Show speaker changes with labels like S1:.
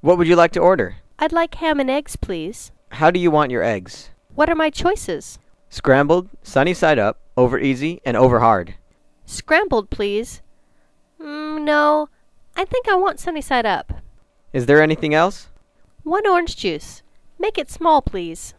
S1: What would you like to order?
S2: I'd like ham and eggs, please.
S1: How do you want your eggs?
S2: What are my choices?
S1: Scrambled, sunny side up, over easy, and over hard.
S2: Scrambled, please. Mm, no, I think I want sunny side up.
S1: Is there anything else?
S2: One orange juice. Make it small, please.